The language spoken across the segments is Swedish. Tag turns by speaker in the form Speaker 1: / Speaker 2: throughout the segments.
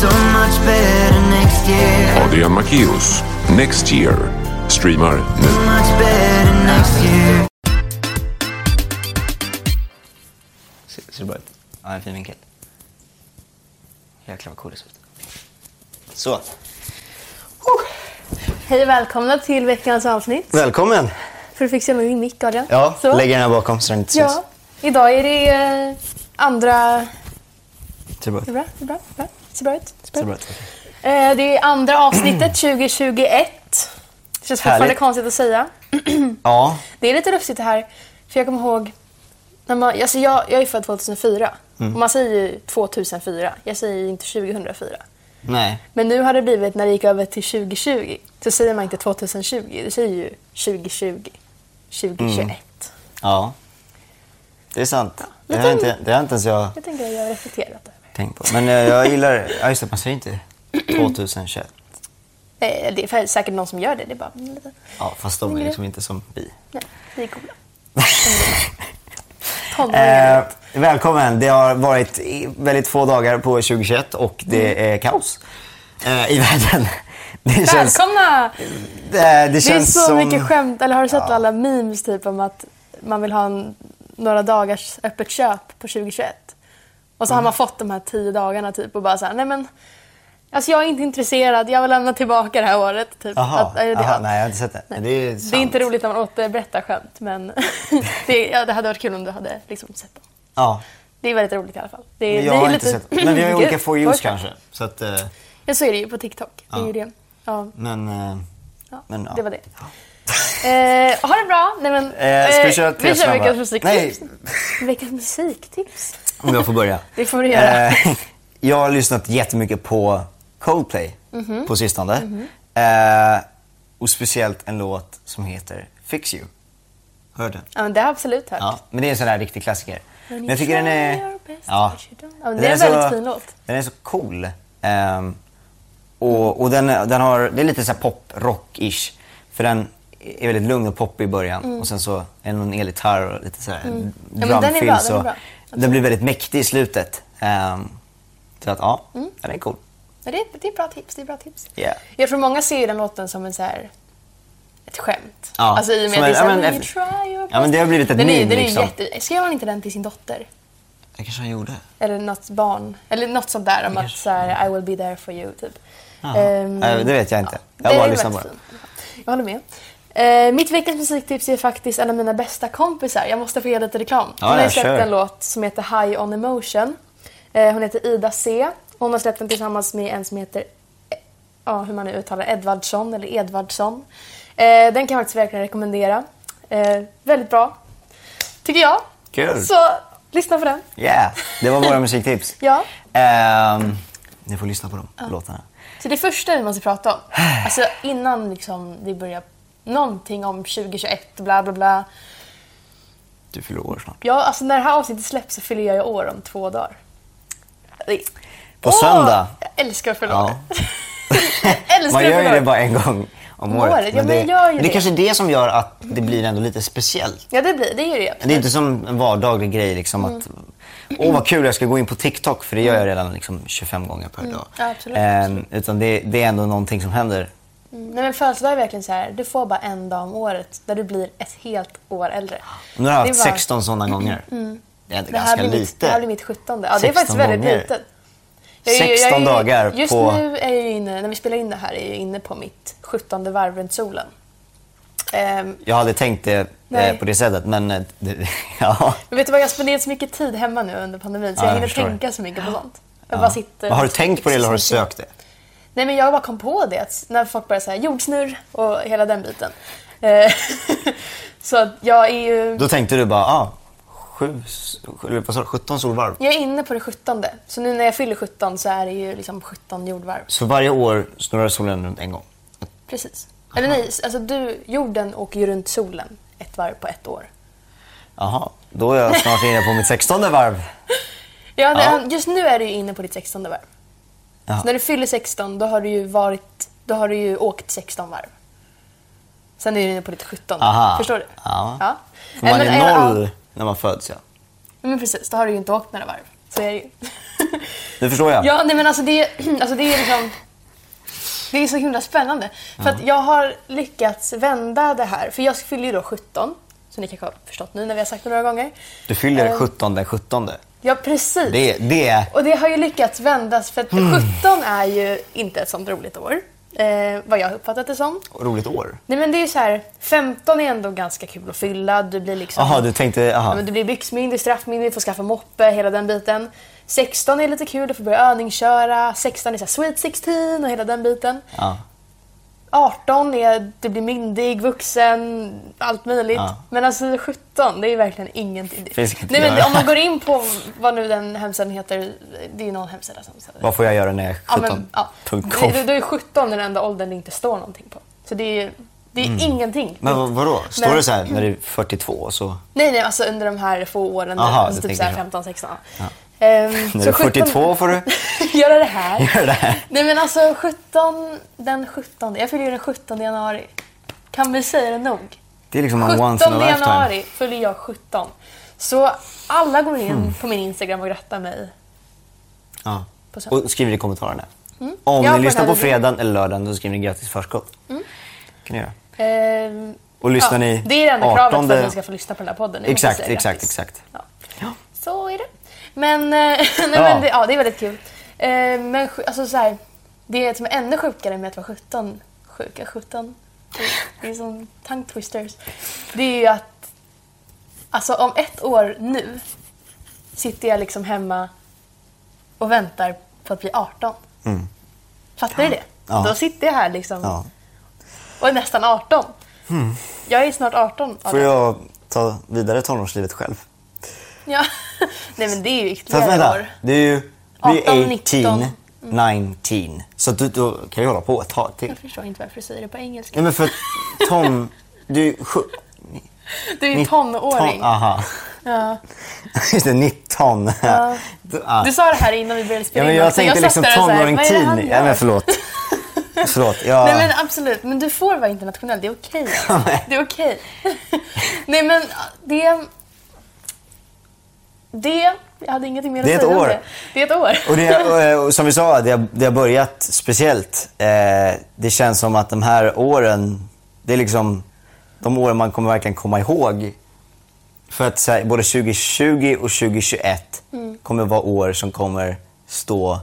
Speaker 1: so much better next year.
Speaker 2: Adrian Macchius, Next Year, streamar nu.
Speaker 1: So much better next year.
Speaker 3: Ser, ser det bra ut?
Speaker 4: Ja, en fin vinkel. Jäklar vad cool det ser ut. Så.
Speaker 5: Hej och välkomna till veckans avsnitt.
Speaker 4: Välkommen!
Speaker 5: För du fick se med din mick, Adrian.
Speaker 4: Ja,
Speaker 5: så.
Speaker 4: lägger den här bakom så den inte syns.
Speaker 5: Ja. Idag är det eh, andra...
Speaker 4: Ser bra ut.
Speaker 5: Det är bra, det är bra, det är bra. Ser bra ut.
Speaker 4: Ser bra ut.
Speaker 5: Eh, det är andra avsnittet 2021. Det känns fortfarande
Speaker 4: Härligt.
Speaker 5: konstigt att säga.
Speaker 4: Ja,
Speaker 5: Det är lite lustigt det här, för jag kommer ihåg... När man, alltså jag, jag är född 2004.
Speaker 4: Mm.
Speaker 5: Och man säger ju 2004. Jag säger ju inte 2004.
Speaker 4: nej.
Speaker 5: Men nu har det blivit, när det gick över till 2020, så säger man inte 2020. Det säger ju 2020.
Speaker 4: Mm.
Speaker 5: 2021.
Speaker 4: Ja. Det är sant. Det,
Speaker 5: lite-
Speaker 4: har inte, det har inte ens jag
Speaker 5: Jag tänker att jag har reflekterat över.
Speaker 4: tänkt på. Men eh, jag gillar... Ja, just det. Man säger inte 2021.
Speaker 5: Eh, Det är säkert någon som gör det. Det är bara mm, lite...
Speaker 4: Ja, fast de är liksom inte som vi.
Speaker 5: Nej, vi är coola. Tonåringar.
Speaker 4: Eh, välkommen. Det har varit i- väldigt få dagar på 2021 och det
Speaker 3: Mm.
Speaker 4: är kaos eh, i världen. Det känns,
Speaker 5: Välkomna!
Speaker 4: eh, det, det
Speaker 5: Det är
Speaker 4: känns
Speaker 5: så
Speaker 4: som...
Speaker 5: mycket skämt. Eller har du sett alla memes typ om att man vill ha en, några dagars öppet köp på 2021? Och
Speaker 4: Mm.
Speaker 5: så har man fått de här tio dagarna typ och bara så här, nej men Alltså jag är inte intresserad, jag vill lämna tillbaka det här året. Typ.
Speaker 4: Jaha,
Speaker 5: Att- eller det-
Speaker 4: jaha, nej jag har inte sett det.
Speaker 5: Nej.
Speaker 4: Det är,
Speaker 5: det är
Speaker 4: sant.
Speaker 5: inte roligt när man återberättar skämt men det, ja, det hade varit kul om du hade liksom sett dem.
Speaker 4: Ja,
Speaker 5: Det är väldigt roligt i alla fall. Det är,
Speaker 4: men jag
Speaker 5: det är
Speaker 4: har inte sett det. Men vi har ju
Speaker 5: Gud,
Speaker 4: olika for yous
Speaker 5: folk-
Speaker 4: kanske. Så att, eh,
Speaker 5: Ja, så är det ju på TikTok. Det är ju
Speaker 4: Ja.
Speaker 5: det. Ja,
Speaker 4: men... eh,
Speaker 5: ja.
Speaker 4: Men, ja.
Speaker 5: Det var det. Eh, ha det bra. Nej, men,
Speaker 4: Eh, ska vi
Speaker 5: eh,
Speaker 4: köra tre
Speaker 5: vi kör
Speaker 4: snabba?
Speaker 5: veckans musiktips.
Speaker 4: Nej.
Speaker 5: Veckans musiktips?
Speaker 4: Om jag får börja.
Speaker 5: Det får du göra.
Speaker 4: Eh, jag har lyssnat jättemycket på Coldplay
Speaker 5: Mhm.
Speaker 4: på sistone. Eh, och speciellt en låt som heter Fix You. Hör den?
Speaker 5: Ja, men det har jag absolut hört.
Speaker 4: Ja, men det är en sån där riktig klassiker.
Speaker 5: When
Speaker 4: Men
Speaker 5: you
Speaker 4: jag tycker den
Speaker 5: try
Speaker 4: är...
Speaker 5: your best,
Speaker 4: Ja.
Speaker 5: but you don't. Ja, men
Speaker 4: Den
Speaker 5: det är en
Speaker 4: så-
Speaker 5: väldigt fin låt.
Speaker 4: Den är så cool. Ehm, och och den, den har, det är lite så här pop-rock-ish. För den är väldigt lugn och poppig i början. Och sen så är det någon elgitarr och lite så här
Speaker 5: Mm. men den är bra,
Speaker 4: drumfills
Speaker 5: den är
Speaker 4: och-
Speaker 5: bra.
Speaker 4: Den blir väldigt mäktig i slutet. Ehm, så att ja,
Speaker 5: Mm.
Speaker 4: den är cool.
Speaker 5: Men det, är, det är bra tips. Det är bra tips.
Speaker 4: Yeah.
Speaker 5: Jag tror många ser ju den låten som en så här, ett skämt.
Speaker 4: Ja,
Speaker 5: Alltså i och med
Speaker 4: som
Speaker 5: att det är
Speaker 4: en-
Speaker 5: så
Speaker 4: ja,
Speaker 5: här,
Speaker 4: men efter-
Speaker 5: "When you try your
Speaker 4: Ja, men det har blivit ett
Speaker 5: den är, ju-
Speaker 4: meme,
Speaker 5: den är ju
Speaker 4: liksom.
Speaker 5: jätte... Skrev han inte den till sin dotter?
Speaker 4: Det kanske han gjorde.
Speaker 5: Eller något barn. Eller något sånt där om att så här, I will be there for you, typ. Ehm,
Speaker 4: Nej, det vet jag inte. Jag
Speaker 5: den
Speaker 4: bara
Speaker 5: är
Speaker 4: lyssnar
Speaker 5: väldigt
Speaker 4: på den.
Speaker 5: fin. Jag håller med. Eh, mitt veckans musiktips är faktiskt en av mina bästa kompisar. Jag måste få ge lite reklam.
Speaker 4: Ja,
Speaker 5: hon har
Speaker 4: ja,
Speaker 5: ju släppt
Speaker 4: kör.
Speaker 5: en låt som heter High on Emotion. Eh, hon heter Ida C. Hon har släppt den tillsammans med en som heter ja, hur man nu uttalar Edvardsson eller Edvardsson. Eh, den kan jag faktiskt verkligen rekommendera. Eh, väldigt bra, tycker jag.
Speaker 4: Kul.
Speaker 5: Så lyssna på den.
Speaker 4: Yeah, det var våra musiktips.
Speaker 5: Ja.
Speaker 4: Ehm, ni får lyssna på de låtarna.
Speaker 5: Så det första vi måste prata om, alltså innan liksom vi börjar någonting om 2021 bla bla bla.
Speaker 4: Du fyller år snart.
Speaker 5: Ja, alltså när det här avsnittet släpps så fyller jag ju år om två dagar. Det-
Speaker 4: På
Speaker 5: Åh,
Speaker 4: söndag.
Speaker 5: Jag älskar att fylla
Speaker 4: Ja.
Speaker 5: år. Jag älskar
Speaker 4: Man gör
Speaker 5: att
Speaker 4: ju
Speaker 5: fylla
Speaker 4: det
Speaker 5: år.
Speaker 4: bara en gång om året.
Speaker 5: året, ja, men jag gör ju
Speaker 4: men det är
Speaker 5: det.
Speaker 4: kanske är det som gör att det blir ändå lite speciellt.
Speaker 5: Ja, det blir det. Är ju det.
Speaker 4: Det är inte som en vardaglig grej liksom att
Speaker 5: Mm.
Speaker 4: Åh vad kul, jag ska gå in på TikTok för det gör jag redan liksom 25 gånger per dag.
Speaker 5: Mm. ja, absolut,
Speaker 4: Ehm, utan det, det är ändå någonting som händer.
Speaker 5: Nej men födelsedag är verkligen så här, du får bara en dag om året där du blir ett helt år äldre.
Speaker 4: Nu har jag
Speaker 5: Det
Speaker 4: haft
Speaker 5: är bara-
Speaker 4: 16 sådana gånger. Det är ändå
Speaker 5: Det här,
Speaker 4: ganska
Speaker 5: blir mitt,
Speaker 4: lite.
Speaker 5: det här blir mitt 17. Ja, det är faktiskt
Speaker 4: 16
Speaker 5: väldigt
Speaker 4: gånger.
Speaker 5: litet. Jag är ju- jag är ju-
Speaker 4: 16 dagar
Speaker 5: Just
Speaker 4: på-
Speaker 5: nu är jag ju inne, när vi spelar in det här, är jag inne på mitt 17 varv runt solen. Ehm,
Speaker 4: Jag hade tänkt det eh,
Speaker 5: Nej.
Speaker 4: på det sättet men eh, det, ja.
Speaker 5: men vet du vad, jag har spenderat så mycket tid hemma nu under pandemin så
Speaker 4: Ja,
Speaker 5: jag
Speaker 4: jag
Speaker 5: hinner
Speaker 4: förstår.
Speaker 5: tänka så mycket på sånt. Jag bara sitter...
Speaker 4: Har du tänkt på det eller har du sökt det?
Speaker 5: Nej men jag bara kom på det, att när folk började säga jordsnurr och hela den biten. Eh, så att jag är ju...
Speaker 4: Då tänkte du bara, ah, sju, sju, vad sa du, 17 solvarv.
Speaker 5: Jag är inne på det 17. Så nu när jag fyller 17 så är det ju liksom 17 jordvarv.
Speaker 4: Så varje år snurrar solen runt en gång.
Speaker 5: Precis. Eller nej, alltså du, jorden åker ju runt solen ett varv på ett år.
Speaker 4: Jaha, då är jag snart inne på mitt 16 varv.
Speaker 5: Ja,
Speaker 4: Ja.
Speaker 5: det- Just nu är du ju inne på ditt 16 varv.
Speaker 4: Jaha.
Speaker 5: Så när du fyller 16 då har du ju varit, då har du ju åkt 16 varv. Sen är du inne på ditt 17.
Speaker 4: Aha.
Speaker 5: Förstår du?
Speaker 4: Ja.
Speaker 5: ja.
Speaker 4: För man
Speaker 5: Nej, men-
Speaker 4: är
Speaker 5: ja,
Speaker 4: noll när man föds ja.
Speaker 5: Ja, men precis, då har du ju inte åkt några varv. Så är det ju.
Speaker 4: Det förstår jag.
Speaker 5: Ja, nej men alltså det, alltså det är liksom... Det är så himla spännande. För att jag har lyckats vända det här. För jag fyller ju då 17. Så ni kanske har förstått nu när vi har sagt det några gånger.
Speaker 4: Du fyller
Speaker 5: Eh,
Speaker 4: 17 den 17.
Speaker 5: Ja, precis.
Speaker 4: Det, det är... Mm.
Speaker 5: Och det har ju lyckats vändas för att 17 är ju inte ett sånt roligt år. Eh, vad jag har uppfattat det som.
Speaker 4: roligt år.
Speaker 5: Nej men det är ju så här, 15 är ändå ganska kul att fylla. Du blir liksom...
Speaker 4: Jaha, du tänkte...
Speaker 5: Ja,
Speaker 4: Aha.
Speaker 5: men du blir byxmyndig, straffmyndig, får skaffa moppe, hela den biten. 16 är lite kul, du får börja övningsköra. 16 är så här sweet 16 och hela den biten.
Speaker 4: Ja.
Speaker 5: 18 är du blir myndig, vuxen, allt möjligt.
Speaker 4: Ja.
Speaker 5: Men alltså 17, det är ju verkligen ingenting.
Speaker 4: Finns inte
Speaker 5: Nej,
Speaker 4: att
Speaker 5: men
Speaker 4: göra.
Speaker 5: om man går in på vad nu den hemsidan heter, det är ju någon hemsida som...
Speaker 4: Vad får jag göra när jag
Speaker 5: Ja,
Speaker 4: är
Speaker 5: men, ja.
Speaker 4: 17.com?
Speaker 5: Du, du är 17 den enda åldern det inte står någonting på. Så det är ju det är ingenting.
Speaker 4: Mm. Men vad- vadå? Står
Speaker 5: Men-
Speaker 4: det så här när du är 42 så...
Speaker 5: Nej, nej, alltså under de här få åren.
Speaker 4: Aha,
Speaker 5: alltså
Speaker 4: du
Speaker 5: typ
Speaker 4: tänker
Speaker 5: såhär
Speaker 4: så.
Speaker 5: 15, 16. Ja. Ehm,
Speaker 4: När du är 42 får du...
Speaker 5: göra det här.
Speaker 4: Gör det här.
Speaker 5: Nej men alltså 17, den 17, jag fyller ju den 17 januari. Kan vi säga det nog?
Speaker 4: Det är liksom en
Speaker 5: 17
Speaker 4: once in a lifetime.
Speaker 5: januari fyller jag 17. Så alla går in
Speaker 4: Hmm.
Speaker 5: på min Instagram och grattar mig.
Speaker 4: Ja.
Speaker 5: På söndag.
Speaker 4: Och skriver i kommentarerna. Om
Speaker 5: Ja, på
Speaker 4: ni
Speaker 5: den
Speaker 4: lyssnar
Speaker 5: här
Speaker 4: på
Speaker 5: videon. Mm.
Speaker 4: fredagen eller lördagen så skriver ni grattis i förskott. kan ni göra.
Speaker 5: Ehm,
Speaker 4: Och lyssnar ni
Speaker 5: Det är det enda kravet för
Speaker 4: 18:e
Speaker 5: att ni ska få lyssna på den här podden. Ni måste
Speaker 4: Exakt,
Speaker 5: säga
Speaker 4: exakt,
Speaker 5: grattis.
Speaker 4: exakt.
Speaker 5: Ja. Så är det. Men, eh, nej,
Speaker 4: Ja.
Speaker 5: men det, ja, det är väldigt kul. Eh, men sj- alltså, så här, det som är ännu sjukare med att vara 17, sjuka 17, det är som tongue twisters, det är ju att alltså, om ett år nu sitter jag liksom hemma och väntar på att bli 18. Fattar du det?
Speaker 4: Mm. Ja.
Speaker 5: Då sitter jag här liksom
Speaker 4: Ja. Mm.
Speaker 5: och är nästan 18. Jag är snart 18.
Speaker 4: Får
Speaker 5: Adam.
Speaker 4: jag ta vidare tonårslivet själv?
Speaker 5: Ja. Nej men det är ju
Speaker 4: Fast
Speaker 5: ytterligare
Speaker 4: vänta,
Speaker 5: år.
Speaker 4: det är ju... Vi
Speaker 5: 18,
Speaker 4: är
Speaker 5: 19.
Speaker 4: 18, 19. Så du, då kan vi hålla på ett tag till.
Speaker 5: Jag förstår inte varför du säger det på engelska.
Speaker 4: Nej men för att Tom... Du är sju-
Speaker 5: Du är ju
Speaker 4: nitt-
Speaker 5: tonåring.
Speaker 4: ton- Aha.
Speaker 5: ja.
Speaker 4: Just det, 19. Ja. Ja.
Speaker 5: Du sa det här innan vi började
Speaker 4: Ja,
Speaker 5: spela
Speaker 4: men
Speaker 5: in
Speaker 4: jag
Speaker 5: också.
Speaker 4: tänkte
Speaker 5: satt
Speaker 4: liksom
Speaker 5: där och så här,
Speaker 4: tonåring
Speaker 5: vad är det han
Speaker 4: teen. Ja,
Speaker 5: gör?
Speaker 4: men förlåt. förlåt. Jag,
Speaker 5: Nej men absolut, men du får vara internationell. Det är okej. Det är okej. Nej men det... Det... Jag hade ingenting mer att
Speaker 4: Det är
Speaker 5: säga
Speaker 4: ett
Speaker 5: om
Speaker 4: år.
Speaker 5: det. Det är ett år.
Speaker 4: Och det, och, eh, och som vi sa, det har, det har börjat speciellt. Eh, det känns som att de här åren, det är liksom de åren man kommer verkligen komma ihåg. För att så här, både 2020 och 2021 kommer vara år som kommer stå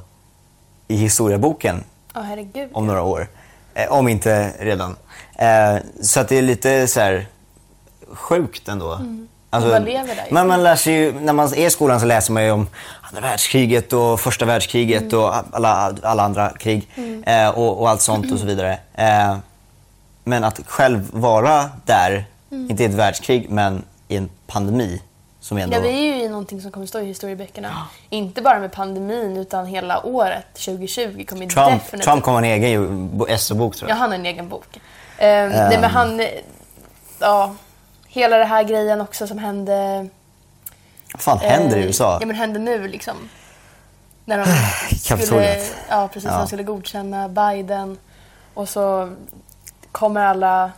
Speaker 4: i historieboken
Speaker 5: Ja herregud.
Speaker 4: om några år. Eh, om inte redan. Eh, så att det är lite så här sjukt ändå. Alltså,
Speaker 5: Mm. Man lever där ju.
Speaker 4: men man lär sig ju, när man är i skolan så läser man ju om andra världskriget och första världskriget
Speaker 5: Mm.
Speaker 4: och alla, alla andra krig eh, och, och allt sånt och så vidare. Eh, men att själv vara där,
Speaker 5: Mm.
Speaker 4: inte i ett världskrig men i en pandemi som ändå...
Speaker 5: Ja, vi är ju i någonting som kommer stå i historieböckerna. Inte bara med pandemin, utan hela året 2020 kommer ju
Speaker 4: Trump,
Speaker 5: definitivt...
Speaker 4: Trump kommer ha en egen ju- bo- SO-bok tror jag.
Speaker 5: Ja,
Speaker 4: Ehm.
Speaker 5: han har en egen bok. Eh, nej, men han... Ja, hela den här grejen också som hände...
Speaker 4: Vad fan händer i
Speaker 5: eh,
Speaker 4: USA?
Speaker 5: Ja, men hände nu liksom. När de skulle,
Speaker 4: Kapitoliet.
Speaker 5: ja, precis, när
Speaker 4: Ja.
Speaker 5: de skulle godkänna Biden och så kommer alla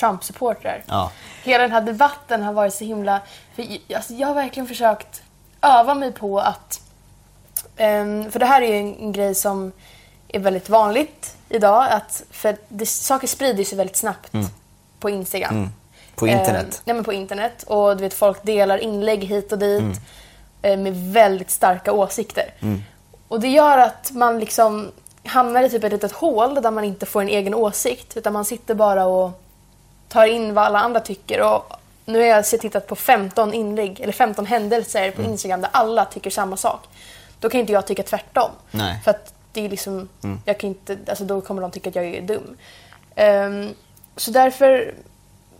Speaker 5: Trump-supportrar.
Speaker 4: Ja.
Speaker 5: Hela den här debatten har varit så himla... För, jag- alltså, jag har verkligen försökt öva mig på att... ehm, för det här är ju en, en grej som är väldigt vanligt idag. Att, för det, saker sprider sig väldigt snabbt
Speaker 4: Mm.
Speaker 5: på Instagram.
Speaker 4: På internet.
Speaker 5: Eh, nej, men på internet. Och du vet, folk delar inlägg hit och
Speaker 4: Mm.
Speaker 5: dit eh, med väldigt starka åsikter. Och det gör att man liksom hamnar i typ ett litet hål där man inte får en egen åsikt utan man sitter bara och tar in vad alla andra tycker. Och nu har jag sett- tittat på 15 inlägg, eller 15 händelser på Instagram där alla tycker samma sak. Då kan inte jag tycka tvärtom.
Speaker 4: Nej.
Speaker 5: För att det är liksom, jag kan inte, alltså då kommer de tycka att jag är dum. Ehm, så därför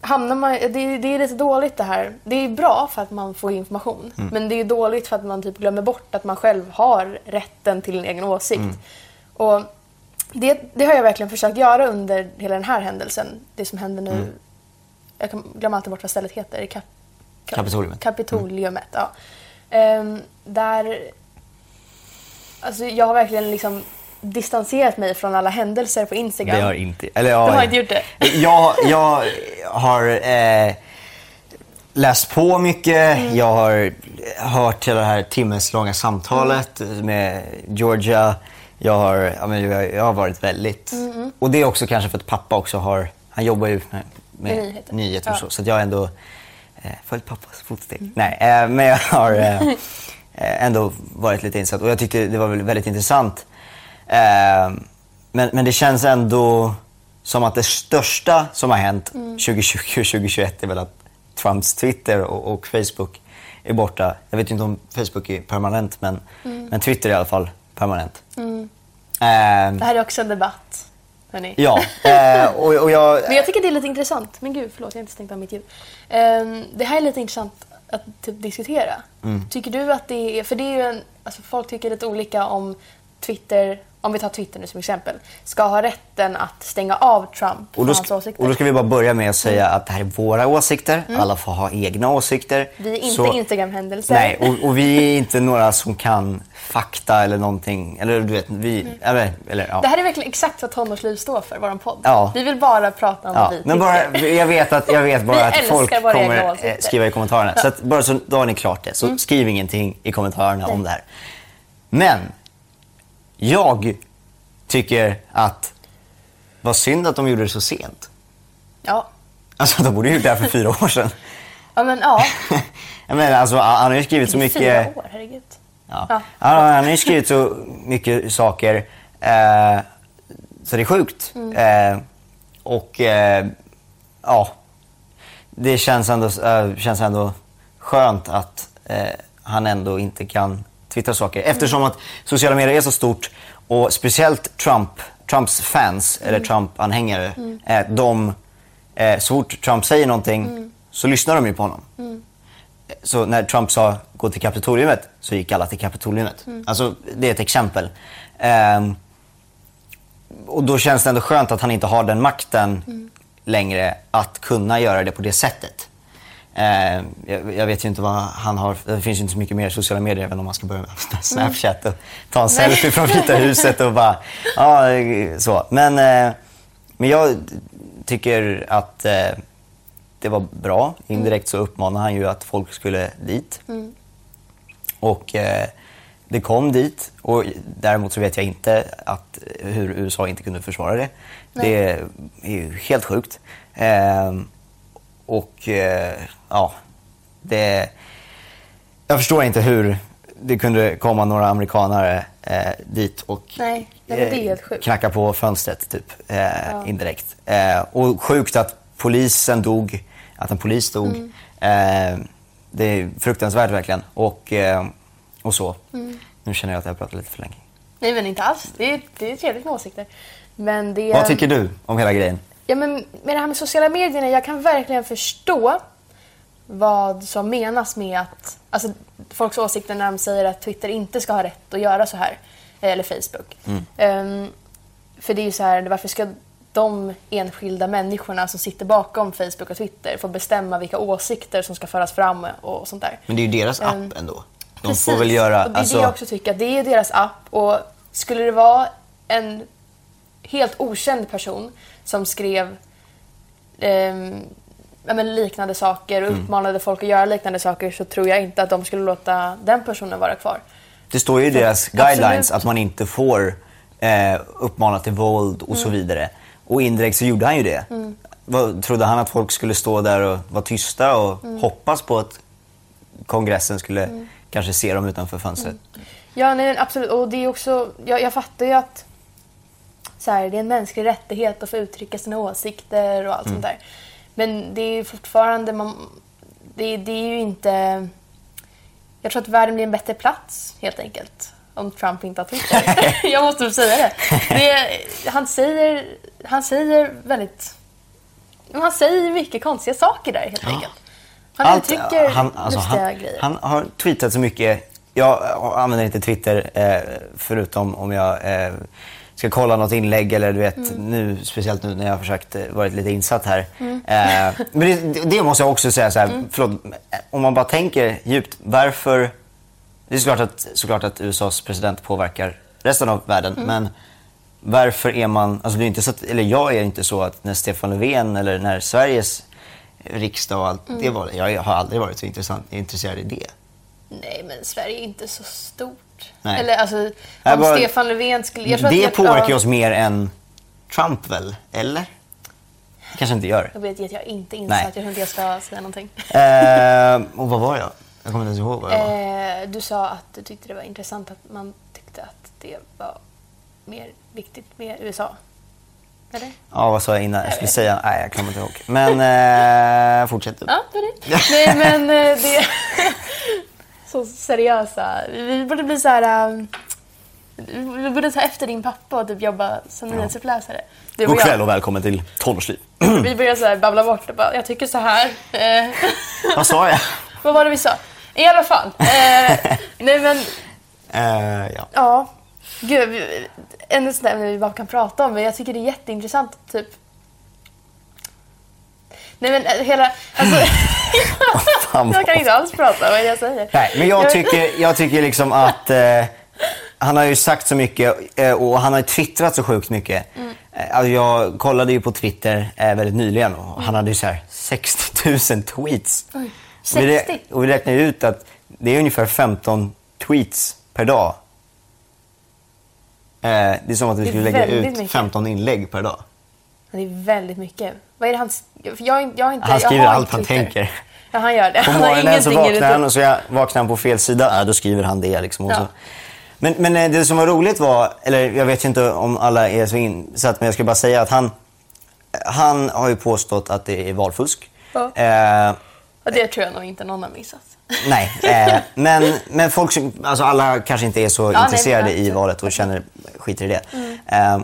Speaker 5: hamnar man, det, är- det är lite dåligt det här. Det är bra för att man får information. Men det är dåligt för att man typ glömmer bort att man själv har rätten till en egen åsikt. Och det, det har jag verkligen försökt göra under hela den här händelsen. Det som händer nu.
Speaker 4: Mm.
Speaker 5: Jag kan glömma alltid bort vad stället heter. Kap, Kap-
Speaker 4: Kapitoliumet.
Speaker 5: Kapitoliumet, ja. Ehm, där... Alltså jag har verkligen liksom distanserat mig från alla händelser på Instagram.
Speaker 4: Det har inte... Eller, ja,
Speaker 5: Du har
Speaker 4: ja.
Speaker 5: inte gjort det?
Speaker 4: Jag, jag har eh, läst på mycket. Jag har hört hela det här timmeslånga samtalet med Georgia. Jag har, ja, men jag, jag har varit väldigt... Och det är också kanske för att pappa också har... Han jobbar ju med, med
Speaker 5: Med nyheter.
Speaker 4: nyheter. och
Speaker 5: Ja.
Speaker 4: så. Så att jag har ändå eh, följt pappas fotsteg. Nej, eh, men jag har eh, eh, ändå varit lite insatt. Och jag tyckte det var väl väldigt intressant. Eh, men, men det känns ändå som att det största som har hänt 2020 och 2021 är väl att Trumps Twitter och, och Facebook är borta. Jag vet ju inte om Facebook är permanent, men, men Twitter är i alla fall permanent. Eh,
Speaker 5: Det här är också en debatt. Hörni.
Speaker 4: ja, eh, och, och jag...
Speaker 5: Men jag tycker det är lite intressant. Men gud, förlåt, jag har inte stängt av mitt ljud. Ehm, det här är lite intressant att typ, diskutera.
Speaker 4: Mm.
Speaker 5: Tycker du att det är... För det är ju en, alltså, folk tycker lite olika om Twitter, om vi tar Twitter nu som exempel, ska ha rätten att stänga av Trump
Speaker 4: Och
Speaker 5: för
Speaker 4: då,
Speaker 5: hans
Speaker 4: ska, och då
Speaker 5: åsikter. Mm.
Speaker 4: ska vi bara börja med att säga att det här är våra åsikter. Alla får ha egna åsikter.
Speaker 5: Vi är inte
Speaker 4: Så-
Speaker 5: Instagram-händelser.
Speaker 4: Nej, och, och vi är inte några som kan fakta eller någonting. Eller du vet, vi... Eller, eller, ja.
Speaker 5: Mm. Det här är verkligen exakt vad Tonårsliv står för, vår podd.
Speaker 4: Ja.
Speaker 5: Vi vill bara prata om
Speaker 4: Ja,
Speaker 5: vad vi
Speaker 4: men bara,
Speaker 5: tycker.
Speaker 4: jag vet att, jag vet
Speaker 5: Vi
Speaker 4: bara att
Speaker 5: älskar
Speaker 4: folk
Speaker 5: våra egna
Speaker 4: kommer eh,
Speaker 5: åsikter. Mm.
Speaker 4: skriva i kommentarerna. Så att, bara så då har ni klart det. Så skriv ingenting i kommentarerna om det här. Men jag tycker att vad synd att de gjorde det så sent.
Speaker 5: Ja.
Speaker 4: Alltså de borde ju gjort det här för fyra år sedan.
Speaker 5: ja, men ja.
Speaker 4: Jag menar, alltså, han har ju skrivit så mycket...
Speaker 5: Fyra år, herregud.
Speaker 4: Ja.
Speaker 5: Ja.
Speaker 4: Han, han har ju skrivit så mycket saker eh, så det är sjukt.
Speaker 5: Mm.
Speaker 4: Eh, och eh, ja, det känns ändå, eh, känns ändå skönt att eh, han ändå inte kan twittra saker.
Speaker 5: Mm.
Speaker 4: Eftersom att sociala medier är så stort och speciellt Trump, Trumps fans
Speaker 5: Mm.
Speaker 4: eller Trump-anhängare, eh, de, eh, så fort Trump säger någonting
Speaker 5: Mm.
Speaker 4: så lyssnar de ju på honom. Så när Trump sa gå till Kapitoliumet så gick alla till Kapitoliumet. Alltså, det är ett exempel. Ehm, och då känns det ändå skönt att han inte har den makten längre att kunna göra det på det sättet. Ehm, jag, jag vet ju inte vad han har, det finns ju inte så mycket mer i sociala medier även om man ska börja med Snapchat och ta en selfie från Vita huset och bara, ja så. Men, eh, men jag tycker att eh, det var bra. Indirekt så uppmanade han ju att folk skulle dit. Och eh, det kom dit. Och däremot så vet jag inte att, hur USA inte kunde försvara det. Det är ju helt sjukt. Eh, och eh, ja, det... Jag förstår inte hur det kunde komma några amerikanare eh, dit och eh,
Speaker 5: Nej, nej, men det är helt sjukt.
Speaker 4: knacka på fönstret typ, eh, indirekt. Eh, och sjukt att polisen dog, att en polis dog.
Speaker 5: Mm.
Speaker 4: Eh, det är fruktansvärt verkligen. Och, eh, och så.
Speaker 5: Mm.
Speaker 4: Nu känner jag att jag pratar lite för länge.
Speaker 5: Nej, men inte alls. Det är, det är trevligt med åsikter. Men det...
Speaker 4: Vad tycker du om hela grejen?
Speaker 5: Ja, men med det här med sociala medierna, jag kan verkligen förstå vad som menas med att... Alltså, folks åsikter när de säger att Twitter inte ska ha rätt att göra så här. Eller Facebook.
Speaker 4: Mm.
Speaker 5: Ehm, för det är ju så här, varför ska de enskilda människorna som sitter bakom Facebook och Twitter få bestämma vilka åsikter som ska föras fram och sånt där?
Speaker 4: Men det är ju deras app
Speaker 5: Ehm,
Speaker 4: ändå. De får väl göra... alltså-
Speaker 5: och det är det jag också tycker. att Det är deras app och skulle det vara en helt okänd person som skrev ehm, ja, men liknande saker
Speaker 4: Mm.
Speaker 5: och uppmanade folk att göra liknande saker så tror jag inte att de skulle låta den personen vara kvar.
Speaker 4: Det står ju i deras
Speaker 5: Absolut.
Speaker 4: guidelines att man inte får eh, uppmana till våld och så vidare. Och indirekt så gjorde han ju det. Vad, trodde han att folk skulle stå där och vara tysta och hoppas på att kongressen skulle kanske se dem utanför fönstret?
Speaker 5: Ja, nej, men absolut. Och det är också, jag, jag fattar ju att så här, det är en mänsklig rättighet att få uttrycka sina åsikter och allt
Speaker 4: Mm.
Speaker 5: sånt där. Men det är ju fortfarande... Man, det, det är ju inte... Jag tror att världen blir en bättre plats, helt enkelt. Om Trump inte har Twitter. jag måste väl säga det. det han, säger, han säger väldigt... Han säger mycket konstiga saker där, helt enkelt. Han uttrycker
Speaker 4: han, alltså,
Speaker 5: lustiga
Speaker 4: han,
Speaker 5: grejer.
Speaker 4: han har tweetat så mycket. Jag eh, använder inte Twitter eh, förutom om jag eh, ska kolla något inlägg eller du vet
Speaker 5: Mm.
Speaker 4: nu, speciellt nu när jag har försökt eh, varit lite insatt här. Eh, men det, det måste jag också säga så här,
Speaker 5: Mm.
Speaker 4: förlåt, eh, om man bara tänker djupt, varför det är såklart att, såklart att USAs president påverkar resten av världen.
Speaker 5: Mm.
Speaker 4: Men varför är man... Alltså det är inte så att, eller jag är inte så att när Stefan Löfven eller när Sveriges riksdag och allt.
Speaker 5: Mm.
Speaker 4: Det var, jag har aldrig varit så intressant, intresserad i det.
Speaker 5: Nej, men Sverige är inte så stort.
Speaker 4: Nej.
Speaker 5: Eller alltså,
Speaker 4: Jag
Speaker 5: om
Speaker 4: bara-
Speaker 5: Stefan Löfven skulle... Jag tror
Speaker 4: Det
Speaker 5: att
Speaker 4: påverkar
Speaker 5: jag,
Speaker 4: ju oss mer än Trump väl? Eller? kanske inte gör.
Speaker 5: Jag vet att jag inte är
Speaker 4: Nej.
Speaker 5: insatt. Jag tror inte jag ska säga någonting.
Speaker 4: Eh, och vad var jag? Jag kommer inte ens ihåg vad jag var.
Speaker 5: Eh, du sa att du tyckte det var intressant att man tyckte att det var mer viktigt med USA. Eller?
Speaker 4: Ja, vad sa jag innan? Jag skulle
Speaker 5: vet.
Speaker 4: säga... Nej, jag kommer inte ihåg. Men eh, fortsätt du.
Speaker 5: Ja, det var det. Nej, men eh, det... Så seriösa. Vi borde bli så här... eh, Vi borde ta efter din pappa och typ jobba som nyhetsuppläsare. Du och
Speaker 6: God
Speaker 5: jag.
Speaker 6: kväll och välkommen till Tonårsliv.
Speaker 5: Vi börjar så här babbla bort och bara, jag tycker så här. Eh,
Speaker 4: Vad sa jag?
Speaker 5: Vad var det vi sa? I alla fall. Eh, nej men,
Speaker 4: Eh, ja.
Speaker 5: ja. Gud, vi- ännu sånt där vi bara kan prata om. Men jag tycker det är jätteintressant, typ. Nej men eh, hela, alltså.
Speaker 4: fan
Speaker 5: jag
Speaker 4: vad-
Speaker 5: kan inte alls prata vad jag säger.
Speaker 4: Nej, men jag tycker, jag tycker liksom att eh, han har ju sagt så mycket eh, och han har ju twittrat så sjukt mycket.
Speaker 5: Mm.
Speaker 4: Eh, Alltså jag kollade ju på Twitter eh, väldigt nyligen och han hade ju så här 60 000 tweets.
Speaker 5: Mm. Oj,
Speaker 4: Och vi rä-
Speaker 5: 60?
Speaker 4: Och vi räknar ju ut att det är ungefär 15 tweets per dag. Eh, det är som att vi
Speaker 5: Det är
Speaker 4: skulle lägga
Speaker 5: väldigt
Speaker 4: ut
Speaker 5: mycket.
Speaker 4: 15 inlägg per dag.
Speaker 5: Det är väldigt mycket. Vad är det han... sk- för Jag, jag har inte,
Speaker 4: Han
Speaker 5: jag
Speaker 4: skriver
Speaker 5: har
Speaker 4: allt han
Speaker 5: Twitter.
Speaker 4: tänker.
Speaker 5: Ja, han gör det.
Speaker 4: På
Speaker 5: han har
Speaker 4: morgonen så
Speaker 5: ingenting i
Speaker 4: vaknar han
Speaker 5: rutin.
Speaker 4: och så jag- vaknar han på fel sida. Ja, då skriver han det. Liksom och
Speaker 5: Ja.
Speaker 4: så. Men, men eh, det som var roligt var, eller jag vet ju inte om alla är så insatt, men jag ska bara säga att han, han har ju påstått att det är valfusk.
Speaker 5: Ja.
Speaker 4: Eh,
Speaker 5: Och det tror jag nog inte någon har missat.
Speaker 4: nej, eh, men, men folk, som- alltså alla kanske inte är så
Speaker 5: nej, Mm.
Speaker 4: intresserade
Speaker 5: det är
Speaker 4: i
Speaker 5: klart.
Speaker 4: valet och känner, skiter i det. Eh,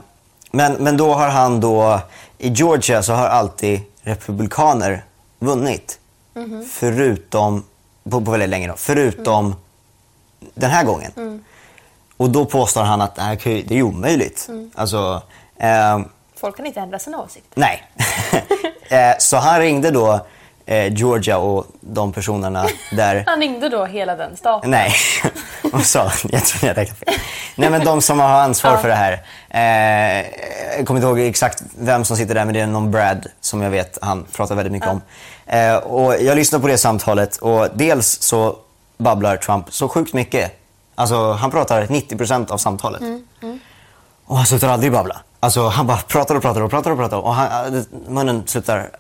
Speaker 4: men, men då har han då, i Georgia så har alltid republikaner vunnit.
Speaker 5: Mhm.
Speaker 4: Förutom, på, på väldigt länge då, förutom
Speaker 5: Mm.
Speaker 4: den här gången. Och då påstår han att det, här, kan ju- det är omöjligt.
Speaker 5: Mm.
Speaker 4: Alltså, ehm,
Speaker 5: Folk kan inte ändra sina åsikter.
Speaker 4: Nej. Eh, så han ringde då eh, Georgia och de personerna där.
Speaker 5: Han ringde då hela den staten.
Speaker 4: Nej, och sa, jag tror jag räknade fel. Nej men de som har ansvar för det här. Eh, jag kommer inte ihåg exakt vem som sitter där men det är någon Brad som jag vet han pratar väldigt mycket om. Eh, och jag lyssnar på det samtalet och dels så babblar Trump så sjukt mycket. Alltså han pratar 90% av samtalet. Och han slutar aldrig babbla. Alltså han bara pratar och pratar och pratar och pratar och han, eh, munnen slutar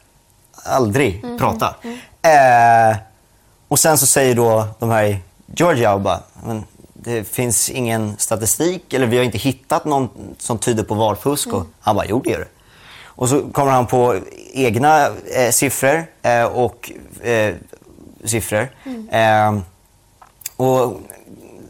Speaker 4: aldrig prata. Eh, och sen så säger då de här i Georgia och bara, men det finns ingen statistik eller vi har inte hittat någon som tyder på valfusk. Och han bara, jo det gör det. Och så kommer han på egna eh, siffror eh, och eh, siffror. Eh, och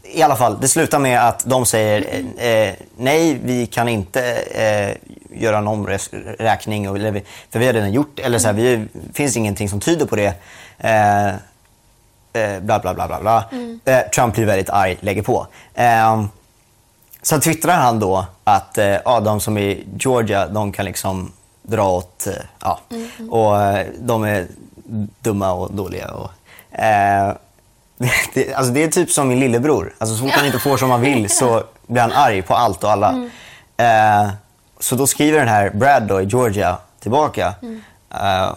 Speaker 4: i alla fall, det slutar med att de säger eh, eh, nej, vi kan inte eh, göra en omräkning, och- eller vi- för vi har redan gjort eller så här, vi, det finns ingenting som tyder på det. Eh, eh, bla, bla, bla, bla, bla. Eh, Trump blir väldigt arg, lägger på. Eh, Sen twittrar han då att eh, ja, de som är i Georgia, de kan liksom dra åt... Eh, ja.
Speaker 5: Mm-hmm.
Speaker 4: Och eh, de är dumma och dåliga. Och, eh, det, alltså, det är typ som min lillebror. Alltså, så fort han inte får som han vill så blir han arg på allt och alla.
Speaker 5: Mm.
Speaker 4: Eh, så då skriver den här Brad då, i Georgia tillbaka.
Speaker 5: Mm.
Speaker 4: Eh,